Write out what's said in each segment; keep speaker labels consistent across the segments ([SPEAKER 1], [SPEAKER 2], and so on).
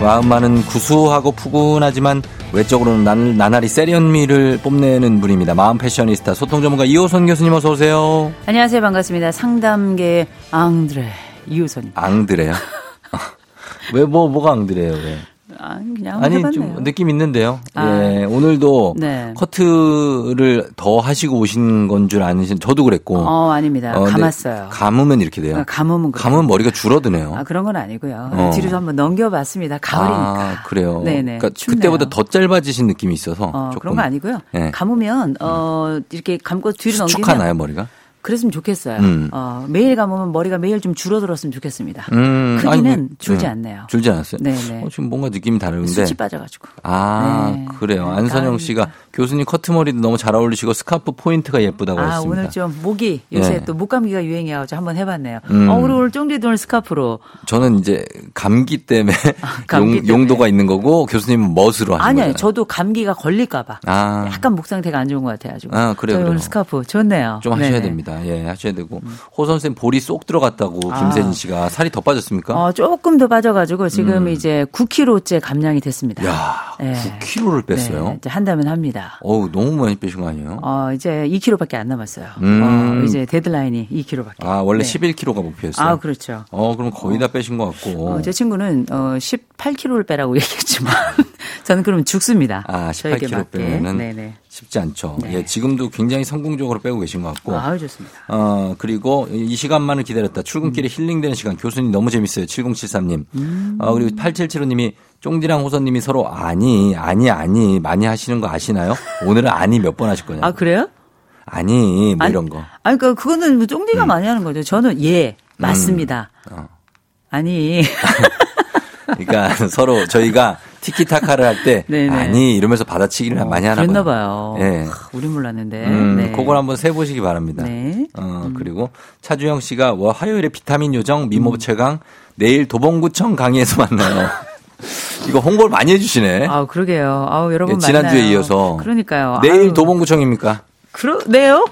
[SPEAKER 1] 마음만은 구수하고 푸근하지만 외적으로는 난, 나날이 세련미를 뽐내는 분입니다 마음 패셔니스타 소통 전문가 이호선 교수님 어서 오세요
[SPEAKER 2] 안녕하세요. 반갑습니다. 상담계 앙드레 이우선입니다.
[SPEAKER 1] 앙드레요? 왜 뭐 뭐가 앙드레요? 왜?
[SPEAKER 2] 아, 그냥
[SPEAKER 1] 아니
[SPEAKER 2] 해봤네요.
[SPEAKER 1] 좀 느낌 있는데요.
[SPEAKER 2] 아.
[SPEAKER 1] 예, 오늘도
[SPEAKER 2] 네.
[SPEAKER 1] 커트를 더 하시고 오신 건 줄 아는 저도 그랬고.
[SPEAKER 2] 어, 아닙니다.
[SPEAKER 1] 어, 근데
[SPEAKER 2] 감았어요.
[SPEAKER 1] 감으면 이렇게 돼요.
[SPEAKER 2] 아, 감으면 그래요.
[SPEAKER 1] 감으면 머리가 줄어드네요.
[SPEAKER 2] 아, 그런 건 아니고요.
[SPEAKER 1] 어.
[SPEAKER 2] 뒤로 좀 한번 넘겨봤습니다. 가을이니까.
[SPEAKER 1] 아, 그래요.
[SPEAKER 2] 네네.
[SPEAKER 1] 그러니까
[SPEAKER 2] 춥네요.
[SPEAKER 1] 그때보다 더 짧아지신 느낌이 있어서
[SPEAKER 2] 어,
[SPEAKER 1] 조금
[SPEAKER 2] 그런 거 아니고요.
[SPEAKER 1] 예. 음.
[SPEAKER 2] 감으면 어 이렇게 감고 뒤로 넘기면
[SPEAKER 1] 축하나요 머리가?
[SPEAKER 2] 그랬으면 좋겠어요.
[SPEAKER 1] 음.
[SPEAKER 2] 어, 매일 감으면 머리가 매일 좀 줄어들었으면 좋겠습니다.
[SPEAKER 1] 음,
[SPEAKER 2] 크기는
[SPEAKER 1] 아니, 그-
[SPEAKER 2] 줄지
[SPEAKER 1] 음,
[SPEAKER 2] 않네요.
[SPEAKER 1] 줄지 않았어요.
[SPEAKER 2] 네네.
[SPEAKER 1] 어, 지금 뭔가 느낌이 다른데.
[SPEAKER 2] 수치 빠져가지고.
[SPEAKER 1] 아
[SPEAKER 2] 네.
[SPEAKER 1] 그래요.
[SPEAKER 2] 네,
[SPEAKER 1] 안선영 씨가 교수님 커트 머리도 너무 잘 어울리시고 스카프 포인트가 예쁘다고
[SPEAKER 2] 아,
[SPEAKER 1] 했습니다.
[SPEAKER 2] 오늘 좀 목이 요새
[SPEAKER 1] 네.
[SPEAKER 2] 또 목감기가 유행이어서 한번 해봤네요.
[SPEAKER 1] 음.
[SPEAKER 2] 어, 오늘 오늘 쫑디도 오늘 스카프로.
[SPEAKER 1] 저는 이제 감기 때문에
[SPEAKER 2] 아, 감기 때문에.
[SPEAKER 1] 용, 도가 있는 거고 교수님은 멋으로 하는
[SPEAKER 2] 아니요,
[SPEAKER 1] 거예요.
[SPEAKER 2] 저도 감기가 걸릴까봐.
[SPEAKER 1] 아,
[SPEAKER 2] 약간 목 상태가 안 좋은 것 같아가지고.
[SPEAKER 1] 아, 그래요,
[SPEAKER 2] 저희
[SPEAKER 1] 그래요.
[SPEAKER 2] 오늘 스카프 좋네요.
[SPEAKER 1] 좀 하셔야
[SPEAKER 2] 네네. 음.
[SPEAKER 1] 됩니다. 예, 하셔야 되고 호 선생 볼이 쏙 들어갔다고
[SPEAKER 2] 아.
[SPEAKER 1] 김세진 씨가 살이 더 빠졌습니까?
[SPEAKER 2] 어, 조금 더 빠져가지고 지금 이제 9kg째 감량이 됐습니다.
[SPEAKER 1] 음. 야,
[SPEAKER 2] 네.
[SPEAKER 1] 9kg를 뺐어요.
[SPEAKER 2] 네, 이제 한다면 합니다.
[SPEAKER 1] 어우 너무 많이 빼신 거 아니에요?
[SPEAKER 2] 어, 이제 2kg밖에 안 남았어요.
[SPEAKER 1] 음.
[SPEAKER 2] 어, 이제 데드라인이 2kg밖에.
[SPEAKER 1] 아 원래
[SPEAKER 2] 네.
[SPEAKER 1] 11kg가 목표였어요.
[SPEAKER 2] 아, 그렇죠.
[SPEAKER 1] 어 그럼 거의 다 빼신 것 같고.
[SPEAKER 2] 어, 제 친구는 어, 18kg를 빼라고 얘기했지만 저는 그러면 죽습니다.
[SPEAKER 1] 아,
[SPEAKER 2] 저에게
[SPEAKER 1] 18kg
[SPEAKER 2] 맞게.
[SPEAKER 1] 빼면은
[SPEAKER 2] 네네.
[SPEAKER 1] 쉽지 않죠.
[SPEAKER 2] 네.
[SPEAKER 1] 예, 지금도 굉장히 성공적으로 빼고 계신 것 같고.
[SPEAKER 2] 아유 좋습니다.
[SPEAKER 1] 어, 그리고 이 시간만을 기다렸다.
[SPEAKER 2] 음.
[SPEAKER 1] 출근길에 힐링되는 시간. 교수님 너무 재밌어요. 7073님. 어, 그리고 8775님이 쫑디랑 호선님이 서로 아니, 아니, 아니 많이 하시는 거 아시나요? 오늘은 아니 몇 번 하실 거냐?
[SPEAKER 2] 아 그래요?
[SPEAKER 1] 아니, 뭐
[SPEAKER 2] 아니,
[SPEAKER 1] 이런 거.
[SPEAKER 2] 아니 그러니까 그거는 뭐 쫑디가
[SPEAKER 1] 음.
[SPEAKER 2] 많이 하는 거죠. 저는 예 맞습니다.
[SPEAKER 1] 어.
[SPEAKER 2] 아니
[SPEAKER 1] 그러니까 서로 저희가 티키타카를 할 때
[SPEAKER 2] 네네. 어,
[SPEAKER 1] 아니 이러면서 받아치기를 많이 하나
[SPEAKER 2] 그랬나
[SPEAKER 1] 봐요.
[SPEAKER 2] 봐요.
[SPEAKER 1] 예.
[SPEAKER 2] 아, 우리 몰랐는데.
[SPEAKER 1] 음,
[SPEAKER 2] 네.
[SPEAKER 1] 그걸 한번 세 보시기 바랍니다.
[SPEAKER 2] 네.
[SPEAKER 1] 어, 그리고 차주영 씨가 와, 화요일에 비타민 요정 미모
[SPEAKER 2] 음.
[SPEAKER 1] 최강 내일 도봉구청 강의에서 만나요. 이거 홍보를 많이 해주시네.
[SPEAKER 2] 아 그러게요. 아우 여러분
[SPEAKER 1] 예, 지난주에
[SPEAKER 2] 만나요.
[SPEAKER 1] 이어서.
[SPEAKER 2] 그러니까요.
[SPEAKER 1] 내일
[SPEAKER 2] 아유,
[SPEAKER 1] 도봉구청입니까?
[SPEAKER 2] 그러네요.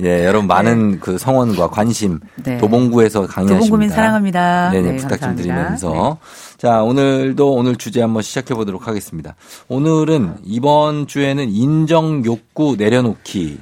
[SPEAKER 1] 예, 여러분 많은 그 성원과 관심
[SPEAKER 2] 네.
[SPEAKER 1] 도봉구에서 강의하십니다.
[SPEAKER 2] 도봉구민 사랑합니다.
[SPEAKER 1] 네네
[SPEAKER 2] 네,
[SPEAKER 1] 부탁 좀
[SPEAKER 2] 감사합니다.
[SPEAKER 1] 드리면서 자 오늘도 오늘 주제 한번 시작해 보도록 하겠습니다. 오늘은 이번 주에는 인정 욕구 내려놓기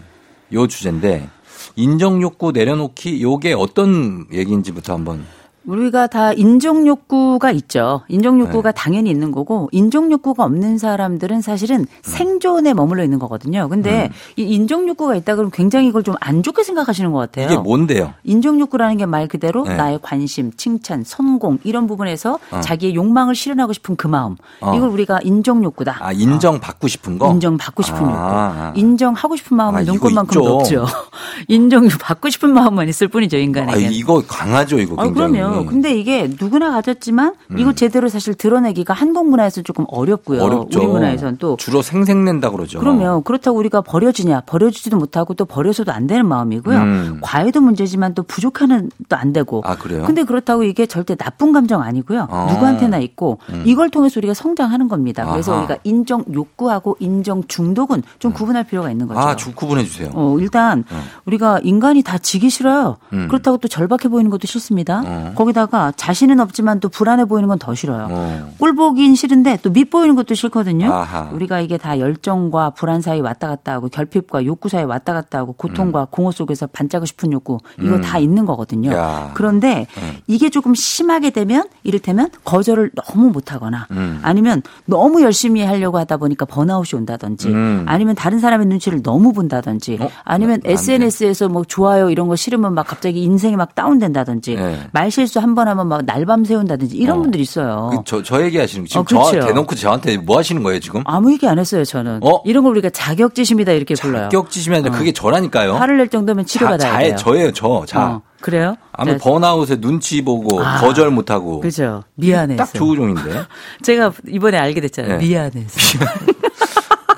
[SPEAKER 1] 요 주제인데 인정 욕구 내려놓기 요게 어떤 얘기인지부터 한번
[SPEAKER 2] 우리가 다 인정 욕구가 있죠. 인정
[SPEAKER 1] 네.
[SPEAKER 2] 욕구가 당연히 있는 거고 인정 욕구가 없는 사람들은
[SPEAKER 1] 음.
[SPEAKER 2] 사실은 생존에 머물러 있는 거거든요. 근데 이 인정 욕구가 있다 그러면 굉장히 이걸 좀 안 좋게 생각하시는 것 같아요.
[SPEAKER 1] 이게 뭐 뭔데요?
[SPEAKER 2] 인정 욕구라는 게 말 그대로
[SPEAKER 1] 네.
[SPEAKER 2] 나의 관심, 칭찬, 성공 이런 부분에서 자기의 욕망을 실현하고 싶은 그 마음.
[SPEAKER 1] 어.
[SPEAKER 2] 이걸 우리가 인정 욕구다.
[SPEAKER 1] 아 인정 받고 싶은 거
[SPEAKER 2] 인정받고 싶은
[SPEAKER 1] 아.
[SPEAKER 2] 욕구. 인정하고 싶은 마음은
[SPEAKER 1] 아, 이거
[SPEAKER 2] 눈꽃만큼도
[SPEAKER 1] 있죠.
[SPEAKER 2] 없죠. 인정받고 싶은 마음만 있을 뿐이죠,
[SPEAKER 1] 아,
[SPEAKER 2] 인간에게는.
[SPEAKER 1] 이거 강하죠 이거
[SPEAKER 2] 아,
[SPEAKER 1] 굉장히. 음.
[SPEAKER 2] 그럼요. 근데 이게 누구나 가졌지만 이거 제대로 사실 드러내기가 한국 문화에서 조금 어렵고요.
[SPEAKER 1] 어렵죠.
[SPEAKER 2] 우리 문화에선 또
[SPEAKER 1] 주로 생색낸다 그러죠.
[SPEAKER 2] 그러면 그렇다고 우리가 버려지냐 버려지지도 못하고 또 버려서도 안 되는 마음이고요.
[SPEAKER 1] 음.
[SPEAKER 2] 과외도 문제지만 또 부족하는 또 안 되고.
[SPEAKER 1] 아, 그래요?
[SPEAKER 2] 근데 그렇다고 이게 절대 나쁜 감정 아니고요.
[SPEAKER 1] 아.
[SPEAKER 2] 누구한테나 있고 이걸 통해서 우리가 성장하는 겁니다. 그래서
[SPEAKER 1] 아하.
[SPEAKER 2] 우리가 인정 욕구하고 인정 중독은 좀 구분할 필요가 있는 거죠.
[SPEAKER 1] 아, 주 구분해 주세요.
[SPEAKER 2] 어, 일단 우리가 인간이 다 지기 싫어요. 그렇다고 또 절박해 보이는 것도 싫습니다. 거기다가 자신은 없지만 또 불안해 보이는 건 더 싫어요.
[SPEAKER 1] 어.
[SPEAKER 2] 꼴 보긴 싫은데 또 밑보이는 것도 싫거든요.
[SPEAKER 1] 아하.
[SPEAKER 2] 우리가 이게 다 열정과 불안 사이 왔다 갔다 하고 결핍과 욕구 사이 왔다 갔다 하고
[SPEAKER 1] 음.
[SPEAKER 2] 고통과 공허 속에서 반짝고 싶은 욕구 이거 다 있는 거거든요.
[SPEAKER 1] 야. 음.
[SPEAKER 2] 그런데 이게 조금 심하게 되면 이를테면 거절을 너무 못하거나
[SPEAKER 1] 음.
[SPEAKER 2] 아니면 너무 열심히 하려고 하다 보니까 번아웃이 온다든지
[SPEAKER 1] 음.
[SPEAKER 2] 아니면 다른 사람의 눈치를 너무 본다든지
[SPEAKER 1] 어?
[SPEAKER 2] 아니면
[SPEAKER 1] 안 돼.
[SPEAKER 2] SNS에서 뭐 좋아요 이런 거 싫으면 막 갑자기 인생이 막 다운된다든지
[SPEAKER 1] 네.
[SPEAKER 2] 말실수 한 번 하면 막 날밤 새운다든지 이런
[SPEAKER 1] 어.
[SPEAKER 2] 분들 있어요.
[SPEAKER 1] 그 저, 저 얘기하시는 거 지금
[SPEAKER 2] 어, 그렇죠.
[SPEAKER 1] 저 대놓고 저한테 뭐 하시는 거예요 지금?
[SPEAKER 2] 아무 얘기 안 했어요, 저는.
[SPEAKER 1] 어?
[SPEAKER 2] 이런 걸 우리가 자격지심이다 이렇게 불러요. 어.
[SPEAKER 1] 합격지심이 아니라 그게 저라니까요.
[SPEAKER 2] 화를 낼 정도면 치료받아야
[SPEAKER 1] 자의
[SPEAKER 2] 돼요.
[SPEAKER 1] 저예요 저. 자.
[SPEAKER 2] 어, 그래요?
[SPEAKER 1] 아무
[SPEAKER 2] 자,
[SPEAKER 1] 번아웃에 눈치 보고
[SPEAKER 2] 아.
[SPEAKER 1] 거절 못하고
[SPEAKER 2] 그죠. 미안해서.
[SPEAKER 1] 딱 조우종인데
[SPEAKER 2] 제가 이번에 알게 됐잖아요.
[SPEAKER 1] 네.
[SPEAKER 2] 미안해서.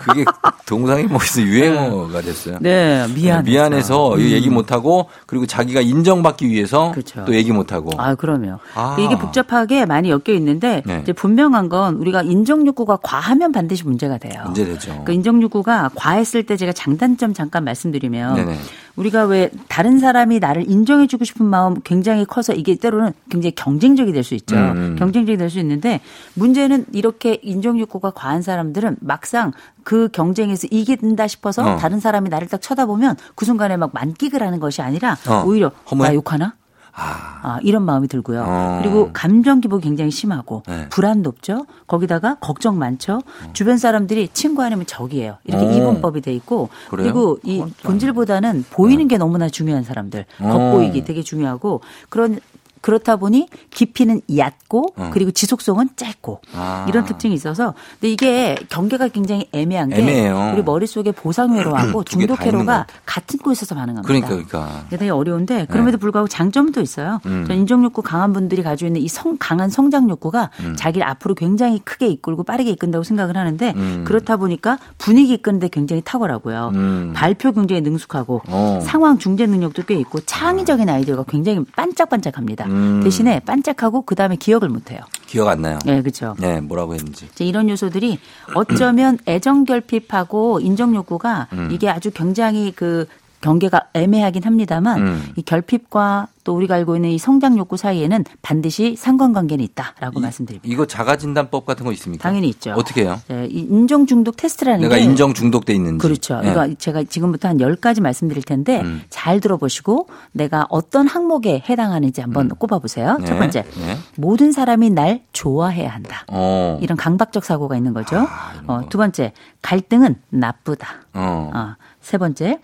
[SPEAKER 1] 그게 동상이 뭐에서 유행어가 됐어요.
[SPEAKER 2] 네, 미안해서. 음.
[SPEAKER 1] 미안해서 이거 얘기 못하고 그리고 자기가 인정받기 위해서
[SPEAKER 2] 그렇죠.
[SPEAKER 1] 또 얘기 못하고
[SPEAKER 2] 아, 그럼요.
[SPEAKER 1] 아.
[SPEAKER 2] 이게 복잡하게 많이 엮여 있는데
[SPEAKER 1] 네.
[SPEAKER 2] 이제 분명한 건 우리가 인정 욕구가 과하면 반드시 문제가 돼요.
[SPEAKER 1] 문제되죠.
[SPEAKER 2] 그 인정 욕구가 과했을 때 제가 장단점 잠깐 말씀드리면
[SPEAKER 1] 네네.
[SPEAKER 2] 우리가 왜 다른 사람이 나를 인정해주고 싶은 마음 굉장히 커서 이게 때로는 굉장히 경쟁적이 될 수 있죠.
[SPEAKER 1] 음.
[SPEAKER 2] 경쟁적이 될 수 있는데 문제는 이렇게 인정 욕구가 과한 사람들은 막상 그 경쟁에서 이긴다 싶어서
[SPEAKER 1] 어.
[SPEAKER 2] 다른 사람이 나를 딱 쳐다보면 그 순간에 막 만끽을 하는 것이 아니라
[SPEAKER 1] 어.
[SPEAKER 2] 오히려
[SPEAKER 1] 허무해?
[SPEAKER 2] 나 욕하나?
[SPEAKER 1] 아,
[SPEAKER 2] 아, 이런 마음이 들고요.
[SPEAKER 1] 어.
[SPEAKER 2] 그리고 감정 기복이 굉장히 심하고
[SPEAKER 1] 네. 음.
[SPEAKER 2] 불안 높죠. 거기다가 걱정 많죠. 주변 사람들이 친구 아니면 적이에요. 이렇게
[SPEAKER 1] 어.
[SPEAKER 2] 이분법이 돼 있고
[SPEAKER 1] 그래요? 네.
[SPEAKER 2] 리고이 본질보다는 보이는 게 너무나 중요한 사람들
[SPEAKER 1] 어.
[SPEAKER 2] 겉보이기 되게 중요하고 그런 그렇다 보니 깊이는 얕고
[SPEAKER 1] 어.
[SPEAKER 2] 그리고 지속성은 짧고
[SPEAKER 1] 아.
[SPEAKER 2] 이런 특징이 있어서 근데 이게 경계가 굉장히 애매한 게
[SPEAKER 1] 애매해요.
[SPEAKER 2] 우리 머릿속에 보상 회로하고
[SPEAKER 1] 두개다
[SPEAKER 2] 중독
[SPEAKER 1] 있는 것
[SPEAKER 2] 회로가
[SPEAKER 1] 같아요.
[SPEAKER 2] 같은 곳에서 반응합니다.
[SPEAKER 1] 그러니까 그러니까
[SPEAKER 2] 대단히 어려운데 그럼에도 불구하고 장점도 있어요.
[SPEAKER 1] 네. 음.
[SPEAKER 2] 전 인정욕구 강한 분들이 가지고 있는 이 성 강한 성장 욕구가
[SPEAKER 1] 음.
[SPEAKER 2] 자기를 앞으로 굉장히 크게 이끌고 빠르게 이끈다고 생각을 하는데
[SPEAKER 1] 음.
[SPEAKER 2] 그렇다 보니까 분위기 이끄는데 굉장히 탁월하고요.
[SPEAKER 1] 음.
[SPEAKER 2] 발표 굉장히 능숙하고
[SPEAKER 1] 어.
[SPEAKER 2] 상황 중재 능력도 꽤 있고 창의적인 아이디어가 굉장히 반짝반짝합니다.
[SPEAKER 1] 음.
[SPEAKER 2] 대신에 반짝하고 그 다음에 기억을 못해요.
[SPEAKER 1] 기억 안 나요.
[SPEAKER 2] 네, 그렇죠.
[SPEAKER 1] 네, 뭐라고 했는지.
[SPEAKER 2] 이제 이런 요소들이 어쩌면 애정 결핍하고 인정 욕구가
[SPEAKER 1] 음.
[SPEAKER 2] 이게 아주 굉장히 그 경계가 애매하긴 합니다만
[SPEAKER 1] 음.
[SPEAKER 2] 이 결핍과 또 우리가 알고 있는 이 성장 욕구 사이에는 반드시 상관관계는 있다라고 말씀드립니다.
[SPEAKER 1] 이거 자가 진단법 같은 거 있습니까?
[SPEAKER 2] 당연히 있죠.
[SPEAKER 1] 어떻게 해요?
[SPEAKER 2] 네, 이 인정 중독 테스트라는
[SPEAKER 1] 내가
[SPEAKER 2] 게
[SPEAKER 1] 인정 중독돼 있는지.
[SPEAKER 2] 그렇죠.
[SPEAKER 1] 네.
[SPEAKER 2] 그러니까 제가 지금부터 한 10가지 말씀드릴 텐데
[SPEAKER 1] 음.
[SPEAKER 2] 잘 들어보시고 내가 어떤 항목에 해당하는지 한번 꼽아보세요.
[SPEAKER 1] 네.
[SPEAKER 2] 첫 번째,
[SPEAKER 1] 네.
[SPEAKER 2] 모든 사람이 날 좋아해야 한다.
[SPEAKER 1] 어.
[SPEAKER 2] 이런 강박적 사고가 있는 거죠.
[SPEAKER 1] 아, 이런
[SPEAKER 2] 어,
[SPEAKER 1] 거.
[SPEAKER 2] 두 번째, 갈등은 나쁘다.
[SPEAKER 1] 어.
[SPEAKER 2] 아, 세 번째,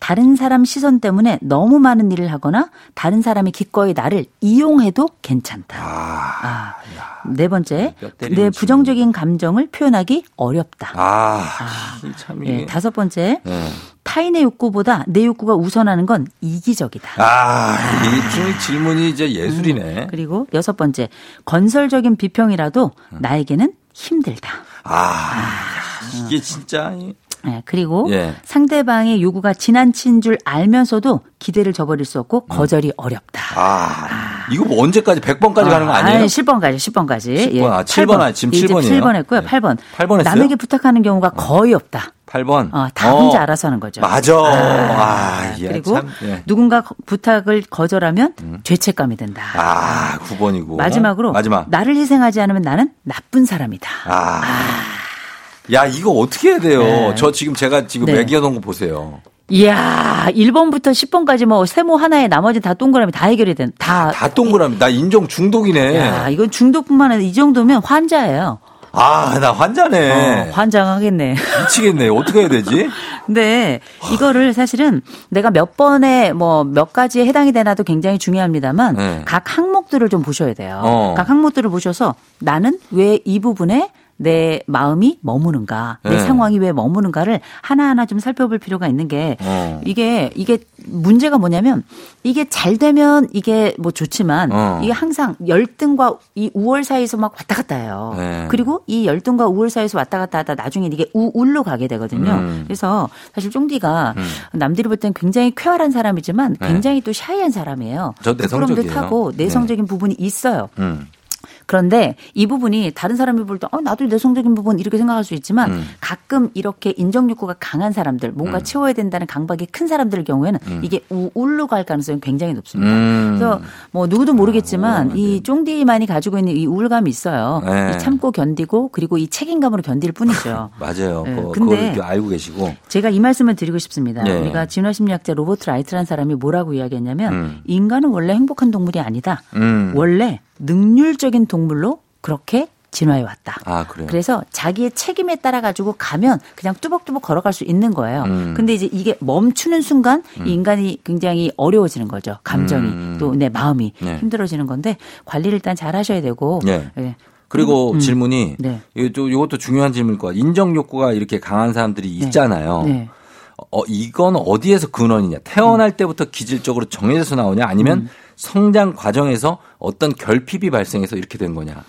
[SPEAKER 2] 다른 사람 시선 때문에 너무 많은 일을 하거나 다른 사람이 기꺼이 나를 이용해도 괜찮다.
[SPEAKER 1] 아.
[SPEAKER 2] 아, 네 번째,
[SPEAKER 1] 뼈 때리는
[SPEAKER 2] 내 부정적인 감정을 표현하기 어렵다.
[SPEAKER 1] 아. 참 이게.
[SPEAKER 2] 예, 다섯 번째,
[SPEAKER 1] 네.
[SPEAKER 2] 타인의 욕구보다 내 욕구가 우선하는 건 이기적이다.
[SPEAKER 1] 아, 이 질- 질문이 이제 예술이네.
[SPEAKER 2] 음, 그리고 여섯 번째, 건설적인 비평이라도
[SPEAKER 1] 음.
[SPEAKER 2] 나에게는 힘들다.
[SPEAKER 1] 아, 이게 진짜. 이-
[SPEAKER 2] 예, 그리고
[SPEAKER 1] 예.
[SPEAKER 2] 상대방의 요구가 지난친 줄 알면서도 기대를 저버릴 수 없고
[SPEAKER 1] 음.
[SPEAKER 2] 거절이 어렵다.
[SPEAKER 1] 아, 이거 뭐 언제까지 100번까지 가는 거 아니에요?
[SPEAKER 2] 10번까지, 10번까지. 예,
[SPEAKER 1] 10번, 아, 7번, 아, 지금 7번 이에요?
[SPEAKER 2] 7번 했고요.
[SPEAKER 1] 네.
[SPEAKER 2] 8번.
[SPEAKER 1] 8번 했어요?
[SPEAKER 2] 남에게 부탁하는 경우가 거의 없다.
[SPEAKER 1] 8번.
[SPEAKER 2] 어, 다 혼자 알아서 하는 거죠.
[SPEAKER 1] 맞아. 아,
[SPEAKER 2] 아,
[SPEAKER 1] 이
[SPEAKER 2] 그리고
[SPEAKER 1] 참. 예. 음.
[SPEAKER 2] 누군가 거- 부탁을 거절하면 죄책감이 든다.
[SPEAKER 1] 아, 9번이고.
[SPEAKER 2] 마지막으로
[SPEAKER 1] 마지막.
[SPEAKER 2] 나를 희생하지 않으면 나는 나쁜 사람이다.
[SPEAKER 1] 아. 야, 이거 어떻게 해야 돼요?
[SPEAKER 2] 네.
[SPEAKER 1] 저 지금 제가 지금
[SPEAKER 2] 네.
[SPEAKER 1] 매기어 놓은 거 보세요.
[SPEAKER 2] 이야, 1번부터 10번까지 뭐 세모 하나에 나머지 다 동그라미 다 해결이 된, 다
[SPEAKER 1] 다 동그라미. 나 인종 중독이네.
[SPEAKER 2] 야, 이건 중독뿐만 아니라 이 정도면 환자예요.
[SPEAKER 1] 아, 나 환자네.
[SPEAKER 2] 어, 환장하겠네.
[SPEAKER 1] 미치겠네. 어떻게 해야 되지?
[SPEAKER 2] 근데 이거를 사실은 내가 몇 번에 뭐 몇 가지에 해당이 되나도 굉장히 중요합니다만
[SPEAKER 1] 네.
[SPEAKER 2] 각 항목들을 좀 보셔야 돼요.
[SPEAKER 1] 어.
[SPEAKER 2] 각 항목들을 보셔서 나는 왜 이 부분에 내 마음이 머무는가, 내
[SPEAKER 1] 네.
[SPEAKER 2] 상황이 왜 머무는가를 하나하나 좀 살펴볼 필요가 있는 게
[SPEAKER 1] 어.
[SPEAKER 2] 이게 이게 문제가 뭐냐면 이게 잘 되면 이게 뭐 좋지만
[SPEAKER 1] 어.
[SPEAKER 2] 이게 항상 열등과 이 우월 사이에서 막 왔다 갔다 해요.
[SPEAKER 1] 네.
[SPEAKER 2] 그리고 이 열등과 우월 사이에서 왔다 갔다 하다 나중에 이게 우울로 가게 되거든요.
[SPEAKER 1] 음.
[SPEAKER 2] 그래서 사실 쫑디가 남들이 볼 땐 굉장히 쾌활한 사람이지만 굉장히 또 샤이한 사람이에요.
[SPEAKER 1] 네. 저 내성적이에요. 네.
[SPEAKER 2] 부끄럼도 타고 내성적인 부분이 있어요.
[SPEAKER 1] 음.
[SPEAKER 2] 그런데 이 부분이 다른 사람이 볼 때 어, 나도 내성적인 부분 이렇게 생각할 수 있지만
[SPEAKER 1] 음.
[SPEAKER 2] 가끔 이렇게 인정 욕구가 강한 사람들 뭔가 채워야 된다는 강박이 큰 사람들 경우에는 이게 우울로 갈 가능성이 굉장히 높습니다.
[SPEAKER 1] 음.
[SPEAKER 2] 그래서 뭐 누구도 모르겠지만
[SPEAKER 1] 아,
[SPEAKER 2] 이 쫑디만이 가지고 있는 이 우울감이 있어요.
[SPEAKER 1] 네.
[SPEAKER 2] 이 참고 견디고 그리고 이 책임감으로 견딜 뿐이죠.
[SPEAKER 1] 맞아요.
[SPEAKER 2] 네,
[SPEAKER 1] 그거,
[SPEAKER 2] 근데-
[SPEAKER 1] 그걸 알고 계시고.
[SPEAKER 2] 제가 이 말씀을 드리고 싶습니다.
[SPEAKER 1] 네.
[SPEAKER 2] 우리가 진화심리학자 로버트 라이트라는 사람이 뭐라고 이야기했냐면
[SPEAKER 1] 음.
[SPEAKER 2] 인간은 원래 행복한 동물이 아니다.
[SPEAKER 1] 음.
[SPEAKER 2] 원래 능률적인 동물로 그렇게 진화해 왔다.
[SPEAKER 1] 아, 그래요?
[SPEAKER 2] 그래서 자기의 책임에 따라 가지고 가면 그냥 뚜벅뚜벅 걸어갈 수 있는 거예요.
[SPEAKER 1] 음.
[SPEAKER 2] 근데 이제 이게 멈추는 순간 이 인간이 굉장히 어려워지는 거죠. 감정이 또 내 마음이
[SPEAKER 1] 네.
[SPEAKER 2] 힘들어지는 건데 관리를 일단 잘 하셔야 되고
[SPEAKER 1] 네.
[SPEAKER 2] 예.
[SPEAKER 1] 그리고 질문이
[SPEAKER 2] 네.
[SPEAKER 1] 이것도, 이것도 중요한 질문일 것 같아요. 인정 욕구가 이렇게 강한 사람들이 있잖아요.
[SPEAKER 2] 네.
[SPEAKER 1] 어, 이건 어디에서 근원이냐? 태어날 때부터 기질적으로 정해져서 나오냐? 아니면
[SPEAKER 2] 음.
[SPEAKER 1] 성장 과정에서 어떤 결핍이 발생해서 이렇게 된 거냐?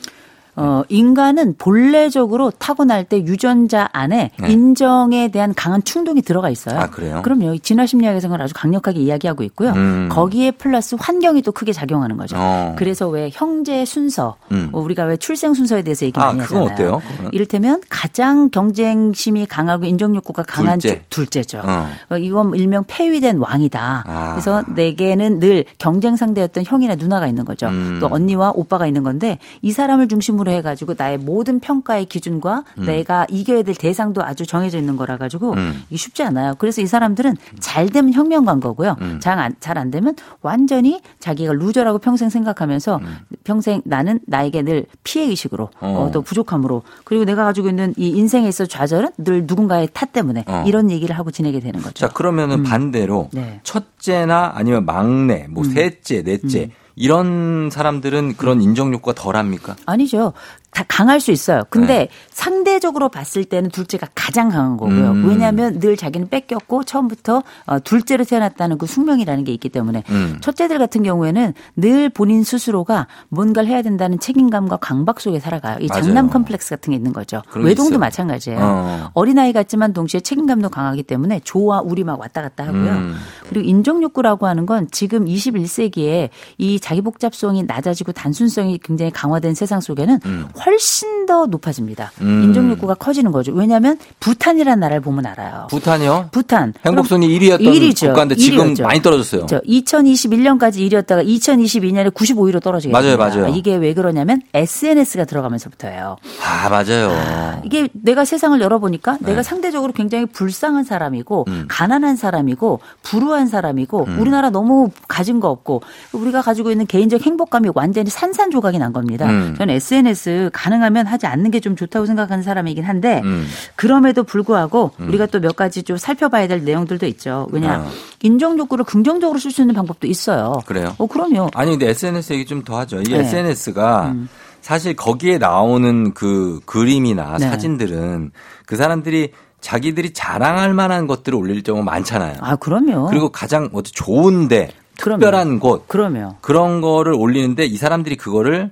[SPEAKER 2] 어, 인간은 본래적으로 타고날 때 유전자 안에
[SPEAKER 1] 네.
[SPEAKER 2] 인정에 대한 강한 충동이 들어가 있어요.
[SPEAKER 1] 아, 그래요?
[SPEAKER 2] 럼요 진화심리학에서는 아주 강력하게 이야기하고 있고요.
[SPEAKER 1] 음.
[SPEAKER 2] 거기에 플러스 환경이 또 크게 작용하는 거죠.
[SPEAKER 1] 어.
[SPEAKER 2] 그래서 왜 형제 순서,
[SPEAKER 1] 음.
[SPEAKER 2] 어, 우리가 왜 출생 순서에 대해서 얘기
[SPEAKER 1] 아,
[SPEAKER 2] 많이
[SPEAKER 1] 그건
[SPEAKER 2] 하잖아요.
[SPEAKER 1] 어때요? 그거는?
[SPEAKER 2] 이를테면 가장 경쟁심이 강하고 인정욕구가 강한
[SPEAKER 1] 둘째.
[SPEAKER 2] 쪽- 둘째죠.
[SPEAKER 1] 어.
[SPEAKER 2] 어, 이건 일명 폐위된 왕이다.
[SPEAKER 1] 아.
[SPEAKER 2] 그래서 내게는 늘 경쟁 상대였던 형이나 누나가 있는 거죠.
[SPEAKER 1] 음.
[SPEAKER 2] 또 언니와 오빠가 있는 건데 이 사람을 중심으로 해가지고 나의 모든 평가의 기준과 내가 이겨야 될 대상도 아주 정해져 있는 거라 가지고
[SPEAKER 1] 음.
[SPEAKER 2] 이게 쉽지 않아요. 그래서 이 사람들은 잘 되면 혁명관 거고요.
[SPEAKER 1] 음.
[SPEAKER 2] 잘 안 잘 안 되면 완전히 자기가 루저라고 평생 생각하면서 평생 나는 나에게 늘 피해 의식으로
[SPEAKER 1] 음. 어.
[SPEAKER 2] 어, 또 부족함으로 그리고 내가 가지고 있는 이 인생에 있어 좌절은 늘 누군가의 탓 때문에
[SPEAKER 1] 어.
[SPEAKER 2] 이런 얘기를 하고 지내게 되는 거죠.
[SPEAKER 1] 자, 그러면은 반대로
[SPEAKER 2] 음. 네. 음.
[SPEAKER 1] 첫째나 아니면 막내, 뭐 셋째, 넷째 이런 사람들은 그런 인정 욕구가 덜합니까?
[SPEAKER 2] 아니죠. 다 강할 수 있어요. 근데
[SPEAKER 1] 네.
[SPEAKER 2] 상대적으로 봤을 때는 둘째가 가장 강한 거고요.
[SPEAKER 1] 음.
[SPEAKER 2] 왜냐하면 늘 자기는 뺏겼고 처음부터 어, 둘째로 태어났다는 그 숙명이라는 게 있기 때문에
[SPEAKER 1] 음.
[SPEAKER 2] 첫째들 같은 경우에는 늘 본인 스스로가 뭔가를 해야 된다는 책임감과 강박 속에 살아가요. 이
[SPEAKER 1] 맞아요.
[SPEAKER 2] 장남 컴플렉스 같은 게 있는 거죠.
[SPEAKER 1] 그런 게
[SPEAKER 2] 외동도
[SPEAKER 1] 있어요.
[SPEAKER 2] 마찬가지예요.
[SPEAKER 1] 어.
[SPEAKER 2] 어린아이 같지만 동시에 책임감도 강하기 때문에 조와 우리 막 왔다 갔다 하고요.
[SPEAKER 1] 음.
[SPEAKER 2] 그리고 인정욕구라고 하는 건 지금 21세기에 이 자기 복잡성이 낮아지고 단순성이 굉장히 강화된 세상 속에는 훨씬 더 높아집니다.
[SPEAKER 1] 음.
[SPEAKER 2] 인정욕구가 커지는 거죠. 왜냐하면 부탄이라는 나라를 보면 알아요.
[SPEAKER 1] 부탄이요?
[SPEAKER 2] 부탄.
[SPEAKER 1] 행복순위
[SPEAKER 2] 그럼
[SPEAKER 1] 1위였던
[SPEAKER 2] 일위죠.
[SPEAKER 1] 국가인데 지금
[SPEAKER 2] 일위였죠.
[SPEAKER 1] 많이 떨어졌어요.
[SPEAKER 2] 그렇죠. 2021년까지 1위였다가 2022년에 95위로 떨어지게
[SPEAKER 1] 맞아요,
[SPEAKER 2] 됩니다.
[SPEAKER 1] 맞아요.
[SPEAKER 2] 이게 왜 그러냐면 SNS가 들어가면서부터예요.
[SPEAKER 1] 아, 맞아요.
[SPEAKER 2] 이게 내가 세상을 열어보니까
[SPEAKER 1] 네.
[SPEAKER 2] 내가 상대적으로 굉장히 불쌍한 사람이고
[SPEAKER 1] 음.
[SPEAKER 2] 가난한 사람이고 불우한 사람이고 우리나라 너무 가진 거 없고 우리가 가지고 있는 개인적 행복감이 완전히 산산조각이 난 겁니다.
[SPEAKER 1] 음.
[SPEAKER 2] 저는 SNS 가능하면 하지 않는 게 좀 좋다고 생각하는 사람이긴 한데
[SPEAKER 1] 음.
[SPEAKER 2] 그럼에도 불구하고 우리가 또 몇 가지 좀 살펴봐야 될 내용들도 있죠. 왜냐
[SPEAKER 1] 아.
[SPEAKER 2] 인정 욕구를 긍정적으로 쓸 수 있는 방법도 있어요.
[SPEAKER 1] 그래요?
[SPEAKER 2] 어 그럼요.
[SPEAKER 1] 아니 근데 SNS 얘기 좀 더 하죠. 이
[SPEAKER 2] 네. 음.
[SPEAKER 1] SNS가 사실 거기에 나오는 그 그림이나
[SPEAKER 2] 네.
[SPEAKER 1] 사진들은 그 사람들이 자기들이 자랑할 만한 것들을 올릴 경우 많잖아요.
[SPEAKER 2] 아 그럼요.
[SPEAKER 1] 그리고 가장 어째 좋은데
[SPEAKER 2] 그럼요.
[SPEAKER 1] 특별한 곳
[SPEAKER 2] 그럼요.
[SPEAKER 1] 그런 거를 올리는데 이 사람들이 그거를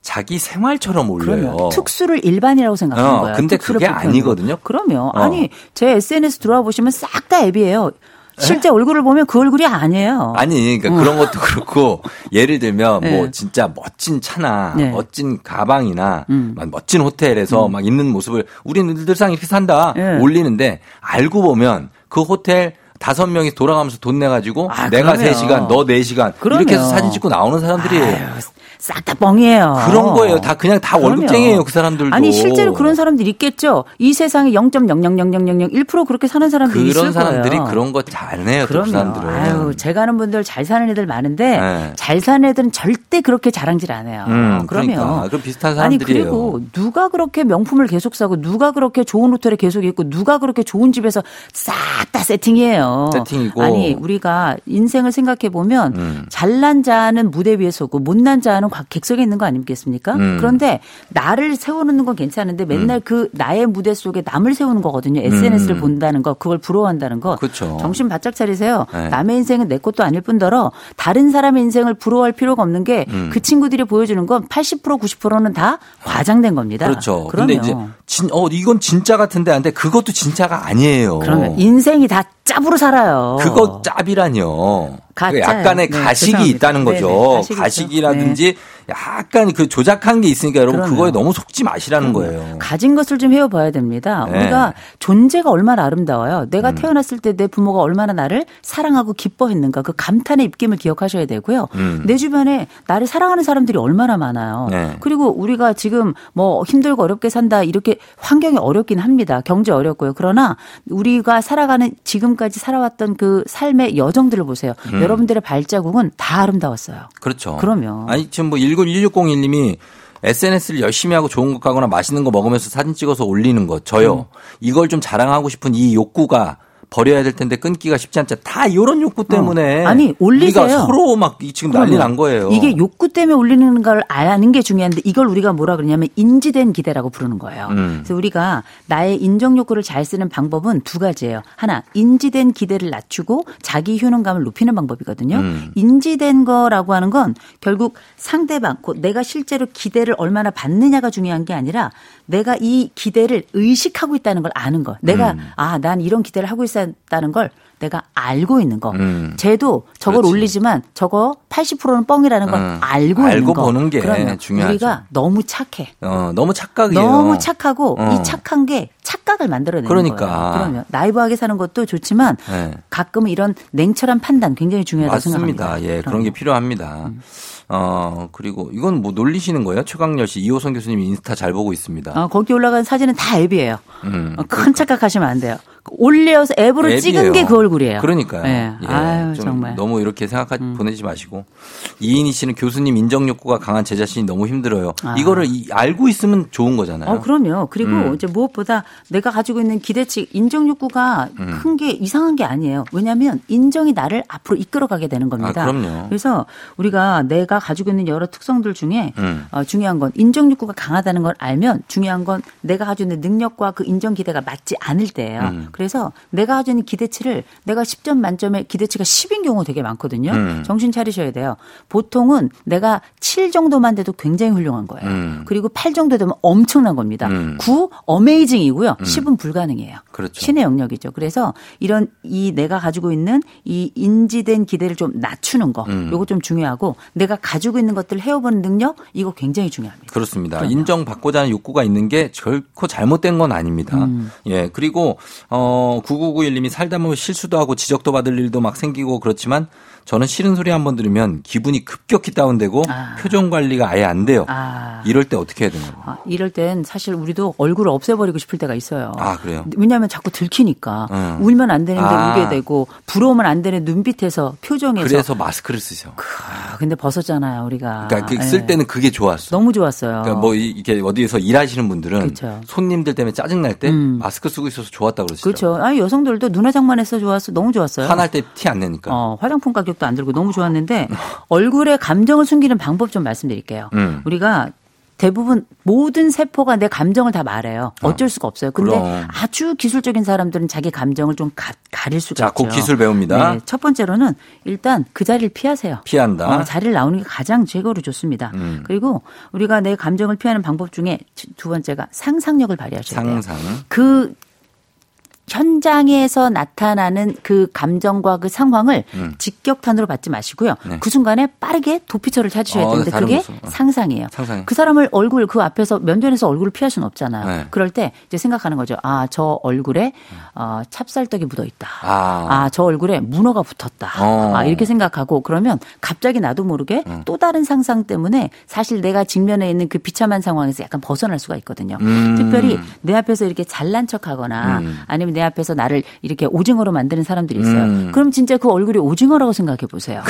[SPEAKER 1] 자기 생활처럼 올려요.
[SPEAKER 2] 그럼요. 특수를 일반이라고 생각하는
[SPEAKER 1] 어,
[SPEAKER 2] 거예요.
[SPEAKER 1] 근데
[SPEAKER 2] 특수를
[SPEAKER 1] 그게
[SPEAKER 2] 보편으로.
[SPEAKER 1] 아니거든요.
[SPEAKER 2] 그럼요.
[SPEAKER 1] 어.
[SPEAKER 2] 아니 제 SNS 들어와 보시면 싹 다 앱이에요. 실제 얼굴을 보면 그 얼굴이 아니에요.
[SPEAKER 1] 아니, 그러니까 그런 것도 그렇고 예를 들면 뭐
[SPEAKER 2] 어. 네.
[SPEAKER 1] 진짜 멋진 차나
[SPEAKER 2] 네.
[SPEAKER 1] 멋진 가방이나
[SPEAKER 2] 음.
[SPEAKER 1] 막 멋진 호텔에서 막 있는 모습을 우리는 늘상 이렇게 산다
[SPEAKER 2] 예.
[SPEAKER 1] 올리는데 알고 보면 그 호텔 다섯 명이 돌아가면서 돈 내가지고
[SPEAKER 2] 아,
[SPEAKER 1] 내가
[SPEAKER 2] 그럼요.
[SPEAKER 1] 세 시간, 너 네 시간
[SPEAKER 2] 그럼요.
[SPEAKER 1] 이렇게 해서 사진 찍고 나오는 사람들이
[SPEAKER 2] 싹 다 뻥이에요.
[SPEAKER 1] 그런 거예요. 다 그냥 다
[SPEAKER 2] 그럼요.
[SPEAKER 1] 월급쟁이에요, 그 사람들도.
[SPEAKER 2] 아니 실제로 그런 사람들이 있겠죠. 이 세상에 0.0000001% 그렇게 사는 사람들이
[SPEAKER 1] 그런
[SPEAKER 2] 있을
[SPEAKER 1] 사람들이
[SPEAKER 2] 거예요.
[SPEAKER 1] 그런 거 잘해요, 그
[SPEAKER 2] 그럼요.
[SPEAKER 1] 사람들은.
[SPEAKER 2] 아유, 제가 아는 분들 잘 사는 애들 많은데
[SPEAKER 1] 네.
[SPEAKER 2] 잘 사는 애들은 절대 그렇게 자랑질 안 해요.
[SPEAKER 1] 음,
[SPEAKER 2] 아, 그럼요.
[SPEAKER 1] 그러니까. 그럼 비슷한
[SPEAKER 2] 아니
[SPEAKER 1] 사람들이에요.
[SPEAKER 2] 그리고 누가 그렇게 명품을 계속 사고 누가 그렇게 좋은 호텔에 계속 있고 누가 그렇게 좋은 집에서 싹 다 세팅이에요.
[SPEAKER 1] 세팅이고. 음.
[SPEAKER 2] 아니 우리가 인생을 생각해 보면 잘난 자는 무대 위에 서고 못난 자는 곽- 객석에 있는 거 아니겠습니까?
[SPEAKER 1] 음.
[SPEAKER 2] 그런데 나를 세우는 건 괜찮은데 맨날 그 나의 무대 속에 남을 세우는 거거든요. SNS를
[SPEAKER 1] 음.
[SPEAKER 2] 본다는 거, 그걸 부러워한다는 거.
[SPEAKER 1] 그쵸.
[SPEAKER 2] 정신 바짝 차리세요.
[SPEAKER 1] 네.
[SPEAKER 2] 남의 인생은 내 것도 아닐 뿐더러 다른 사람의 인생을 부러워할 필요가 없는
[SPEAKER 1] 음.
[SPEAKER 2] 게 그 친구들이 보여주는 건 80% 90%는 다 과장된 겁니다.
[SPEAKER 1] 아. 그렇죠.
[SPEAKER 2] 그럼요.
[SPEAKER 1] 근데 이제 진, 어, 이건 진짜 같은데, 근데 그것도 진짜가 아니에요.
[SPEAKER 2] 그러면 인생이 다 짭으로 살아요.
[SPEAKER 1] 그거 짭이라뇨.
[SPEAKER 2] 어. 가짜요.
[SPEAKER 1] 그 약간의
[SPEAKER 2] 네,
[SPEAKER 1] 가식이
[SPEAKER 2] 죄송합니다.
[SPEAKER 1] 있다는 거죠.
[SPEAKER 2] 네네, 가식이죠. 네.
[SPEAKER 1] 가식이라든지 약간 그 조작한 게 있으니까 여러분
[SPEAKER 2] 그럼요.
[SPEAKER 1] 그거에 너무 속지 마시라는 거예요.
[SPEAKER 2] 가진 것을 좀 헤어봐야 됩니다.
[SPEAKER 1] 네. 음.
[SPEAKER 2] 우리가 존재가 얼마나 아름다워요. 내가 태어났을 때 내 부모가 얼마나 나를 사랑하고 기뻐했는가 그 감탄의 입김을 기억하셔야 되고요.
[SPEAKER 1] 음.
[SPEAKER 2] 내 주변에 나를 사랑하는 사람들이 얼마나 많아요.
[SPEAKER 1] 네.
[SPEAKER 2] 그리고 우리가 지금 뭐 힘들고 어렵게 산다 이렇게 환경이 어렵긴 합니다. 경제 어렵고요. 그러나 우리가 살아가는 지금까지 살아왔던 그 삶의 여정들을 보세요.
[SPEAKER 1] 음.
[SPEAKER 2] 여러분들의 발자국은 다 아름다웠어요.
[SPEAKER 1] 그렇죠.
[SPEAKER 2] 그럼요.
[SPEAKER 1] 아니, 지금 뭐 191601님이 SNS를 열심히 하고 좋은 것 가거나 맛있는 거 먹으면서 사진 찍어서 올리는 거 저요.
[SPEAKER 2] 음.
[SPEAKER 1] 이걸 좀 자랑하고 싶은 이 욕구가 버려야 될 텐데 끊기가 쉽지 않죠. 다 이런 욕구 때문에
[SPEAKER 2] 어. 아니, 올리세요.
[SPEAKER 1] 우리가 서로 막 이- 지금 난리
[SPEAKER 2] 그럼요.
[SPEAKER 1] 난 거예요.
[SPEAKER 2] 이게 욕구 때문에 올리는 걸 아는 게 중요한데 이걸 우리가 뭐라 그러냐면 인지된 기대라고 부르는 거예요.
[SPEAKER 1] 음.
[SPEAKER 2] 그래서 우리가 나의 인정 욕구를 잘 쓰는 방법은 두 가지예요. 하나, 인지된 기대를 낮추고 자기 효능감을 높이는 방법이거든요.
[SPEAKER 1] 음.
[SPEAKER 2] 인지된 거라고 하는 건 결국 상대방, 곧 내가 실제로 기대를 얼마나 받느냐가 중요한 게 아니라 내가 이 기대를 의식하고 있다는 걸 아는 거. 내가
[SPEAKER 1] 음.
[SPEAKER 2] 아, 난 이런 기대를 하고 있었다는 걸 내가 알고 있는 거.
[SPEAKER 1] 음.
[SPEAKER 2] 쟤도 저걸
[SPEAKER 1] 그렇지.
[SPEAKER 2] 올리지만 저거 80%는 뻥이라는 걸
[SPEAKER 1] 음,
[SPEAKER 2] 알고
[SPEAKER 1] 알고
[SPEAKER 2] 있는 거.
[SPEAKER 1] 보는 게
[SPEAKER 2] 그러면
[SPEAKER 1] 중요하죠.
[SPEAKER 2] 우리가 너무 착해.
[SPEAKER 1] 어, 너무 착각이에요.
[SPEAKER 2] 너무 착하고
[SPEAKER 1] 어.
[SPEAKER 2] 이 착한 게 착각을 만들어내는
[SPEAKER 1] 그러니까.
[SPEAKER 2] 거예요. 그러면 나이브하게 사는 것도 좋지만
[SPEAKER 1] 네.
[SPEAKER 2] 가끔은 이런 냉철한 판단 굉장히 중요하다고
[SPEAKER 1] 맞습니다.
[SPEAKER 2] 생각합니다. 음.
[SPEAKER 1] 예, 그런 게
[SPEAKER 2] 그럼요.
[SPEAKER 1] 필요합니다. 어, 그리고 이건 뭐 놀리시는 거예요? 최강렬 씨, 이호선 교수님 인스타 잘 보고 있습니다.
[SPEAKER 2] 어, 거기 올라간 사진은 다 앱이에요.
[SPEAKER 1] 음.
[SPEAKER 2] 어, 큰 착각하시면 안 돼요. 올려서 앱으로 찍은 게 그 얼굴이에요.
[SPEAKER 1] 그러니까요.
[SPEAKER 2] 예.
[SPEAKER 1] 예,
[SPEAKER 2] 아유
[SPEAKER 1] 좀
[SPEAKER 2] 정말. 음.
[SPEAKER 1] 너무 이렇게 생각하 보내지 마시고 이인희 씨는 교수님 인정 욕구가 강한 제 자신이 너무 힘들어요.
[SPEAKER 2] 아.
[SPEAKER 1] 이거를 이- 알고 있으면 좋은 거잖아요. 음.
[SPEAKER 2] 어, 그럼요. 그리고 이제 무엇보다 내가 가지고 있는 기대치, 인정 욕구가
[SPEAKER 1] 음.
[SPEAKER 2] 큰 게 이상한 게 아니에요. 왜냐하면 인정이 나를 앞으로 이끌어가게 되는 겁니다.
[SPEAKER 1] 아, 그럼요.
[SPEAKER 2] 그래서 우리가 내가 가지고 있는 여러 특성들 중에
[SPEAKER 1] 음.
[SPEAKER 2] 어, 중요한 건 인정 욕구가 강하다는 걸 알면 중요한 건 내가 가지고 있는 능력과 그 인정 기대가 맞지 않을 때예요.
[SPEAKER 1] 음.
[SPEAKER 2] 그래서 내가 가지고 있는 기대치를 내가 10점 만점에 기대치가 10인 경우 되게 많거든요.
[SPEAKER 1] 음.
[SPEAKER 2] 정신 차리셔야 돼요. 보통은 내가 7 정도만 돼도 굉장히 훌륭한 거예요.
[SPEAKER 1] 음.
[SPEAKER 2] 그리고 8 정도 되면 엄청난 겁니다.
[SPEAKER 1] 음.
[SPEAKER 2] 9 어메이징이고요. 10은 불가능해요.
[SPEAKER 1] 그렇죠.
[SPEAKER 2] 신의 영역이죠. 그래서 이런 이 내가 가지고 있는 이 인지된 기대를 좀 낮추는 거,
[SPEAKER 1] 음.
[SPEAKER 2] 요거 좀 중요하고 내가 가지고 있는 것들을 헤어보는 능력 이거 굉장히 중요합니다.
[SPEAKER 1] 그렇습니다.
[SPEAKER 2] 그럼요.
[SPEAKER 1] 인정받고자 하는 욕구가 있는 게 결코 잘못된 건 아닙니다.
[SPEAKER 2] 음.
[SPEAKER 1] 예. 그리고 어 9991님이 살다 보면 실수도 하고 지적도 받을 일도 막 생기고 그렇지만 저는 싫은 소리 한 번 들으면 기분이 급격히 다운되고
[SPEAKER 2] 아.
[SPEAKER 1] 표정 관리가 아예 안 돼요.
[SPEAKER 2] 아.
[SPEAKER 1] 이럴 때 어떻게 해야 되나요?
[SPEAKER 2] 아, 이럴 땐 사실 우리도 얼굴을 없애버리고 싶을 때가 있어요.
[SPEAKER 1] 아, 그래요?
[SPEAKER 2] 왜냐하면 자꾸 들키니까
[SPEAKER 1] 음.
[SPEAKER 2] 울면 안 되는데
[SPEAKER 1] 아.
[SPEAKER 2] 울게 되고 부러우면 안 되는 눈빛에서 표정에서
[SPEAKER 1] 그래서 마스크를 쓰죠.
[SPEAKER 2] 아, 근데 벗었잖아요 우리가.
[SPEAKER 1] 그러니까 그쓸
[SPEAKER 2] 예.
[SPEAKER 1] 때는 그게 좋았어.
[SPEAKER 2] 너무 좋았어요.
[SPEAKER 1] 그러니까 뭐 이- 이렇게 어디에서 일하시는 분들은
[SPEAKER 2] 그쵸. 음.
[SPEAKER 1] 손님들 때문에 짜증 날 때 마스크 쓰고 있어서 좋았다 그러시죠.
[SPEAKER 2] 그렇죠. 아 여성들도 눈화 장만해서 좋았어. 너무 좋았어요.
[SPEAKER 1] 화날 때 티 안 내니까.
[SPEAKER 2] 어, 화장품 가격도 안 들고 너무 좋았는데 얼굴에 감정을 숨기는 방법 좀 말씀드릴게요.
[SPEAKER 1] 음.
[SPEAKER 2] 우리가 대부분 모든 세포가 내 감정을 다 말해요. 어쩔 수가 없어요. 근데
[SPEAKER 1] 아, 그럼.
[SPEAKER 2] 아주 기술적인 사람들은 자기 감정을 좀 가, 릴 수가
[SPEAKER 1] 자,
[SPEAKER 2] 있죠.
[SPEAKER 1] 곧 기술 배웁니다.
[SPEAKER 2] 그렇죠. 네, 첫 번째로는 일단 그 자리를 피하세요.
[SPEAKER 1] 피한다. 음.
[SPEAKER 2] 어, 자리를 나오는 게 가장 제거로 좋습니다. 그리고 우리가 내 감정을 피하는 방법 중에 두 번째가 상상력을 발휘하셔야 돼요.
[SPEAKER 1] 상상.
[SPEAKER 2] 그 현장에서 나타나는 그 감정과 그 상황을 직격탄으로 받지 마시고요.
[SPEAKER 1] 음. 네.
[SPEAKER 2] 그 순간에 빠르게 도피처를 찾으셔야
[SPEAKER 1] 어,
[SPEAKER 2] 되는데
[SPEAKER 1] 다른
[SPEAKER 2] 그게
[SPEAKER 1] 모습. 어.
[SPEAKER 2] 상상이에요.
[SPEAKER 1] 상상이요.
[SPEAKER 2] 그 사람을 얼굴 그 앞에서 면전에서 얼굴을 피할 수는 없잖아요.
[SPEAKER 1] 네. 음.
[SPEAKER 2] 그럴 때 이제 생각하는 거죠. 아, 저 얼굴에 어, 찹쌀떡이 묻어 있다.
[SPEAKER 1] 아.
[SPEAKER 2] 아, 저 얼굴에 문어가 붙었다.
[SPEAKER 1] 어.
[SPEAKER 2] 아, 이렇게 생각하고 그러면 갑자기 나도 모르게 또 다른 상상 때문에 사실 내가 직면해 있는 그 비참한 상황에서 약간 벗어날 수가 있거든요.
[SPEAKER 1] 음.
[SPEAKER 2] 특별히 내 앞에서 이렇게 잘난 척하거나 아니면 내 앞에서 나를 이렇게 오징어로 만드는 사람들이 있어요.
[SPEAKER 1] 음.
[SPEAKER 2] 그럼 진짜 그 얼굴이 오징어라고 생각해 보세요.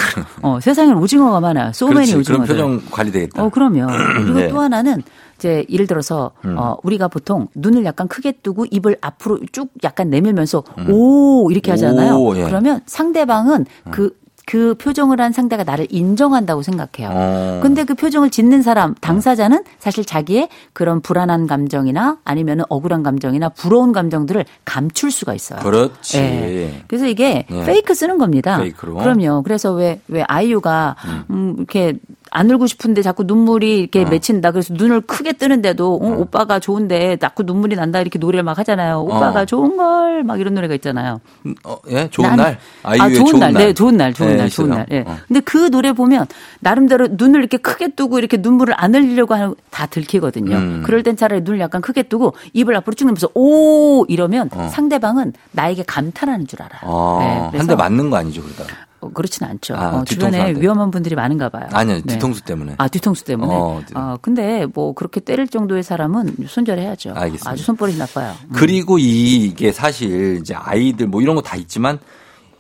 [SPEAKER 2] 어, 세상엔 오징어가 많아요. 소맨이
[SPEAKER 1] 그렇지. 그런
[SPEAKER 2] 오징어들.
[SPEAKER 1] 표정 관리되겠다.
[SPEAKER 2] 어, 그럼요. 그리고
[SPEAKER 1] 네. 음.
[SPEAKER 2] 또 하나는 이제 예를 들어서 어, 우리가 보통 눈을 약간 크게 뜨고 입을 앞으로 쭉 약간 내밀면서 오 이렇게 하잖아요.
[SPEAKER 1] 음. 오, 예. 음.
[SPEAKER 2] 그러면 상대방은 그 그 표정을 한 상대가 나를 인정한다고 생각해요.
[SPEAKER 1] 어.
[SPEAKER 2] 근데 그 표정을 짓는 사람, 당사자는 사실 자기의 그런 불안한 감정이나 아니면 억울한 감정이나 부러운 감정들을 감출 수가 있어요.
[SPEAKER 1] 그렇지.
[SPEAKER 2] 예. 그래서 이게
[SPEAKER 1] 예.
[SPEAKER 2] 페이크 쓰는 겁니다.
[SPEAKER 1] 페이크로.
[SPEAKER 2] 그럼요. 그래서 왜, 왜 아이유가, 음, 이렇게 안 울고 싶은데 자꾸 눈물이 이렇게
[SPEAKER 1] 어.
[SPEAKER 2] 맺힌다. 그래서 눈을 크게 뜨는데도 어, 오빠가 좋은데 자꾸 눈물이 난다 이렇게 노래를 막 하잖아요. 오빠가
[SPEAKER 1] 어.
[SPEAKER 2] 좋은 걸 막 이런 노래가 있잖아요.
[SPEAKER 1] 어, 예, 좋은
[SPEAKER 2] 난-
[SPEAKER 1] 날. 아이유의
[SPEAKER 2] 아, 좋은 날. 네, 좋은 날, 좋은
[SPEAKER 1] 예,
[SPEAKER 2] 날, 좋은
[SPEAKER 1] 있어요.
[SPEAKER 2] 날. 예.
[SPEAKER 1] 어.
[SPEAKER 2] 근데 그 노래 보면 나름대로 눈을 이렇게 크게 뜨고 이렇게 눈물을 안 흘리려고 하는 다 들키거든요.
[SPEAKER 1] 음.
[SPEAKER 2] 그럴 땐 차라리 눈을 약간 크게 뜨고 입을 앞으로 쭉 내면서 오 이러면
[SPEAKER 1] 어.
[SPEAKER 2] 상대방은 나에게 감탄하는 줄 알아요. 네,
[SPEAKER 1] 아,
[SPEAKER 2] 그래서
[SPEAKER 1] 한 대 맞는 거 아니죠, 그러다.
[SPEAKER 2] 어, 그렇진 않죠.
[SPEAKER 1] 아, 뒤통수
[SPEAKER 2] 어, 주변에
[SPEAKER 1] 안 돼.
[SPEAKER 2] 위험한 분들이 많은가 봐요.
[SPEAKER 1] 아니요,
[SPEAKER 2] 네.
[SPEAKER 1] 뒤통수 때문에.
[SPEAKER 2] 아, 뒤통수 때문에.
[SPEAKER 1] 어, 네.
[SPEAKER 2] 아, 근데 뭐 그렇게 때릴 정도의 사람은 손절해야죠.
[SPEAKER 1] 알겠습니다.
[SPEAKER 2] 아주 손버릇이 나빠요.
[SPEAKER 1] 그리고 이게 사실 이제 아이들 뭐 이런 거 다 있지만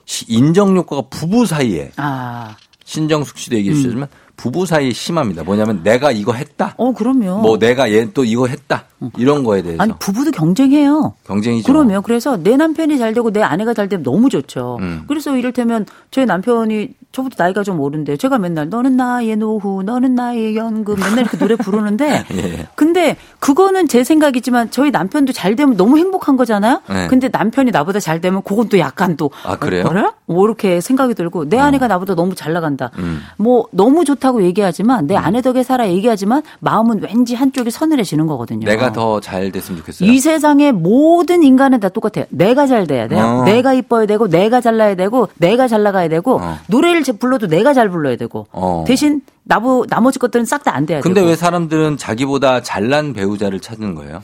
[SPEAKER 1] 시- 인정 효과가 부부 사이에
[SPEAKER 2] 아,
[SPEAKER 1] 신정숙 씨도
[SPEAKER 2] 음.
[SPEAKER 1] 얘기해 주셨지만 부부 사이에 심합니다. 뭐냐면 내가 이거 했다.
[SPEAKER 2] 어, 그럼요.
[SPEAKER 1] 뭐 내가 얘 또 이거 했다. 이런 거에 대해서
[SPEAKER 2] 아니, 부부도 경쟁해요.
[SPEAKER 1] 경쟁이죠.
[SPEAKER 2] 그럼요. 그래서 내 남편이 잘 되고 내 아내가 잘 되면 너무 좋죠.
[SPEAKER 1] 음.
[SPEAKER 2] 그래서 이를테면 제 남편이 저보다 나이가 좀 어른데 제가 맨날 너는 나의 노후, 너는 나의 연금 맨날 이렇게 노래 부르는데
[SPEAKER 1] 예.
[SPEAKER 2] 근데 그거는 제 생각이지만 저희 남편도 잘 되면 너무 행복한 거잖아요.
[SPEAKER 1] 네.
[SPEAKER 2] 근데 남편이 나보다 잘 되면 그건 또 약간 또
[SPEAKER 1] 아, 그래요? 음.
[SPEAKER 2] 어, 그래? 뭐 이렇게 생각이 들고 내 아내가 나보다 너무 잘 나간다. 뭐 너무 좋다고 얘기하지만
[SPEAKER 1] 음.
[SPEAKER 2] 내 아내 덕에 살아 얘기하지만 마음은 왠지 한쪽이 서늘해지는 거거든요.
[SPEAKER 1] 내가 더 잘 됐으면 좋겠어요.
[SPEAKER 2] 이 세상의 모든 인간은 다 똑같아요. 내가 잘 돼야 돼요.
[SPEAKER 1] 어.
[SPEAKER 2] 내가 이뻐야 되고, 내가 잘나야 되고, 내가 잘 나가야 되고,
[SPEAKER 1] 어.
[SPEAKER 2] 노래를 제- 불러도 내가 잘 불러야 되고,
[SPEAKER 1] 어.
[SPEAKER 2] 대신 나보, 나머지 것들은 싹 다 안 돼야
[SPEAKER 1] 근데
[SPEAKER 2] 되고.
[SPEAKER 1] 왜 사람들은 자기보다 잘난 배우자를 찾는 거예요?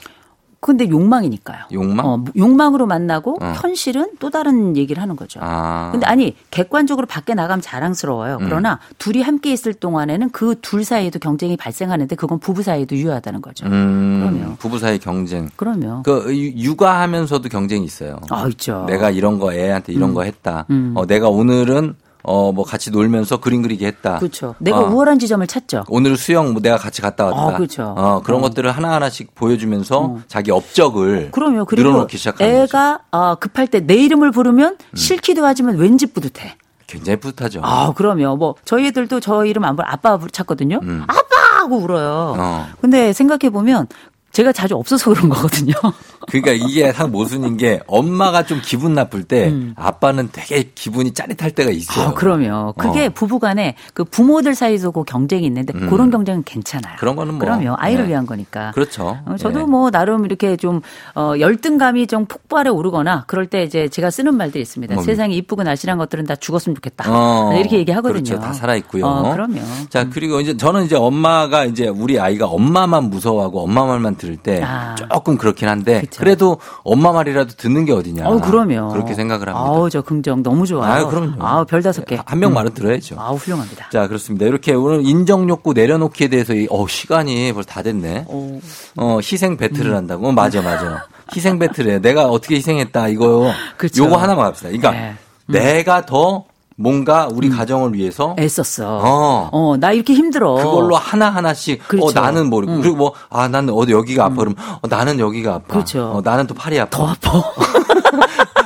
[SPEAKER 2] 근데 욕망이니까요.
[SPEAKER 1] 욕망?
[SPEAKER 2] 어, 욕망으로 만나고,
[SPEAKER 1] 어.
[SPEAKER 2] 현실은 또 다른 얘기를 하는 거죠.
[SPEAKER 1] 아. 음.
[SPEAKER 2] 근데 아니 객관적으로 밖에 나가면 자랑스러워요. 그러나 둘이 함께 있을 동안에는 그 둘 사이에도 경쟁이 발생하는데 그건 부부 사이에도 유효하다는 거죠.
[SPEAKER 1] 음,
[SPEAKER 2] 그럼요.
[SPEAKER 1] 부부 사이 경쟁.
[SPEAKER 2] 그럼요.
[SPEAKER 1] 그 유- 육아하면서도 경쟁이 있어요.
[SPEAKER 2] 아, 있죠.
[SPEAKER 1] 내가 이런 거 애한테 이런 거 했다.
[SPEAKER 2] 음.
[SPEAKER 1] 어, 내가 오늘은 어 뭐 같이 놀면서 그림 그리기 했다.
[SPEAKER 2] 그렇죠. 내가
[SPEAKER 1] 어,
[SPEAKER 2] 우월한 지점을 찾죠.
[SPEAKER 1] 오늘 수영 뭐 내가 같이 갔다 왔다.
[SPEAKER 2] 아, 그렇죠. 음.
[SPEAKER 1] 어, 그런 것들을 하나하나씩 보여주면서 자기 업적을
[SPEAKER 2] 그럼요. 그리고
[SPEAKER 1] 늘어놓기 시작하는 거죠. 음.
[SPEAKER 2] 애가 어, 급할 때 내 이름을 부르면 싫기도 하지만 왠지 뿌듯해.
[SPEAKER 1] 굉장히 뿌듯하죠.
[SPEAKER 2] 아, 그럼요. 뭐 저희 애들도 저 이름 안 부르 아빠 부르- 찾거든요. 아빠 하고 울어요.
[SPEAKER 1] 음. 어.
[SPEAKER 2] 근데 생각해 보면 제가 자주 없어서 그런 거거든요.
[SPEAKER 1] 그러니까 이게 상 모순인 게 엄마가 좀 기분 나쁠 때 아빠는 되게 기분이 짜릿할 때가 있어요.
[SPEAKER 2] 음. 아, 그럼요. 그게
[SPEAKER 1] 어. 음.
[SPEAKER 2] 부부간에 그 부모들 사이에서 그 경쟁이 있는데 그런 경쟁은 괜찮아요.
[SPEAKER 1] 그런 거는 뭐.
[SPEAKER 2] 그럼요. 아이를
[SPEAKER 1] 네.
[SPEAKER 2] 위한 거니까.
[SPEAKER 1] 그렇죠.
[SPEAKER 2] 어, 저도
[SPEAKER 1] 예.
[SPEAKER 2] 뭐 나름 이렇게 좀 어, 열등감이 좀 폭발해 오르거나 그럴 때 이제 제가 쓰는 말들이 있습니다.
[SPEAKER 1] 뭡니까?
[SPEAKER 2] 세상에 이쁘고 날씬한 것들은 다 죽었으면 좋겠다.
[SPEAKER 1] 뭐,
[SPEAKER 2] 네,
[SPEAKER 1] 어,
[SPEAKER 2] 이렇게 얘기하거든요.
[SPEAKER 1] 그렇죠. 다 살아 있고요.
[SPEAKER 2] 어, 그럼요.
[SPEAKER 1] 자 그리고 이제 저는 이제 엄마가 이제 우리 아이가 엄마만 무서워하고 엄마 말만 들을 때
[SPEAKER 2] 아.
[SPEAKER 1] 조금 그렇긴 한데
[SPEAKER 2] 그쵸.
[SPEAKER 1] 그래도 엄마 말이라도 듣는 게 어디냐.
[SPEAKER 2] 어, 그럼요.
[SPEAKER 1] 그렇게 생각을 합니다.
[SPEAKER 2] 아우, 저 긍정 너무 좋아요.
[SPEAKER 1] 아유, 그럼요.
[SPEAKER 2] 아우, 별 다섯 개. 음.
[SPEAKER 1] 한 명 말은 들어야죠.
[SPEAKER 2] 아우, 훌륭합니다.
[SPEAKER 1] 자 그렇습니다. 이렇게 오늘 인정 욕구 내려놓기에 대해서 이, 어 시간이 벌써 다 됐네.
[SPEAKER 2] 오.
[SPEAKER 1] 어 희생 배틀을
[SPEAKER 2] 음.
[SPEAKER 1] 한다고. 어, 맞아 맞아. 희생 배틀에 내가 어떻게 희생했다 이거
[SPEAKER 2] 그쵸.
[SPEAKER 1] 요거 하나만 합시다. 그러니까
[SPEAKER 2] 그렇죠. 네. 음.
[SPEAKER 1] 내가 더 뭔가 우리 가정을 위해서
[SPEAKER 2] 애썼어.
[SPEAKER 1] 어.
[SPEAKER 2] 나 이렇게 힘들어.
[SPEAKER 1] 그걸로 하나하나씩
[SPEAKER 2] 그렇죠. 음.
[SPEAKER 1] 어 나는 모르고 그리고 뭐 아 나는 어디 여기가 아파 그러면 어, 나는 여기가 아파
[SPEAKER 2] 그렇죠.
[SPEAKER 1] 어, 나는 또 팔이 아파
[SPEAKER 2] 더 아파. 네.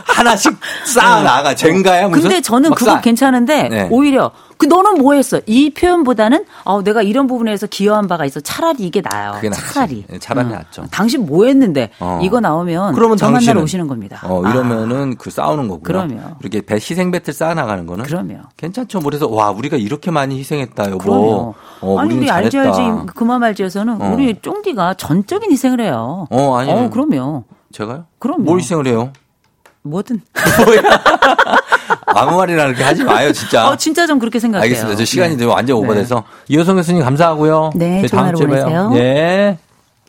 [SPEAKER 1] 하나씩 쌓아 나가 젠가야 무슨
[SPEAKER 2] 근데 저는
[SPEAKER 1] 막
[SPEAKER 2] 그거
[SPEAKER 1] 쌓아.
[SPEAKER 2] 괜찮은데
[SPEAKER 1] 네.
[SPEAKER 2] 오히려 그 너는 뭐 했어? 이 표현보다는 어, 내가 이런 부분에서 기여한 바가 있어. 차라리 이게 나아요.
[SPEAKER 1] 그게 낫지.
[SPEAKER 2] 차라리.
[SPEAKER 1] 예, 차라리
[SPEAKER 2] 어.
[SPEAKER 1] 낫죠.
[SPEAKER 2] 당신 뭐 했는데
[SPEAKER 1] 어.
[SPEAKER 2] 이거 나오면
[SPEAKER 1] 그러면
[SPEAKER 2] 저 만나러
[SPEAKER 1] 당신은
[SPEAKER 2] 오시는 겁니다.
[SPEAKER 1] 어 이러면은 그 싸우는 거고요.
[SPEAKER 2] 그럼요.
[SPEAKER 1] 이렇게 배 희생 배틀 쌓아 나가는 거는
[SPEAKER 2] 아, 그럼요.
[SPEAKER 1] 어. 괜찮죠. 뭐 그래서 와 우리가 이렇게 많이 희생했다 여보.
[SPEAKER 2] 그럼요.
[SPEAKER 1] 어,
[SPEAKER 2] 아니
[SPEAKER 1] 우리는
[SPEAKER 2] 우리 알지
[SPEAKER 1] 잘했다.
[SPEAKER 2] 알지 그만 말지에서는
[SPEAKER 1] 어.
[SPEAKER 2] 우리 쫑디가 전적인 희생을 해요.
[SPEAKER 1] 어, 아니.
[SPEAKER 2] 어 그럼요.
[SPEAKER 1] 제가요?
[SPEAKER 2] 그럼요.
[SPEAKER 1] 뭘 희생을 해요?
[SPEAKER 2] 뭐든.
[SPEAKER 1] 뭐야? 아무 말이나 이렇게 하지 마요 진짜.
[SPEAKER 2] 어 진짜 좀 그렇게 생각해요.
[SPEAKER 1] 알겠습니다. 저
[SPEAKER 2] 네.
[SPEAKER 1] 시간이 좀 완전 오버돼서 이효성 교수님 감사하고요.
[SPEAKER 2] 네,
[SPEAKER 1] 저희
[SPEAKER 2] 좋은
[SPEAKER 1] 다음
[SPEAKER 2] 하루
[SPEAKER 1] 주에 봐요.
[SPEAKER 2] 보내세요.
[SPEAKER 1] 예.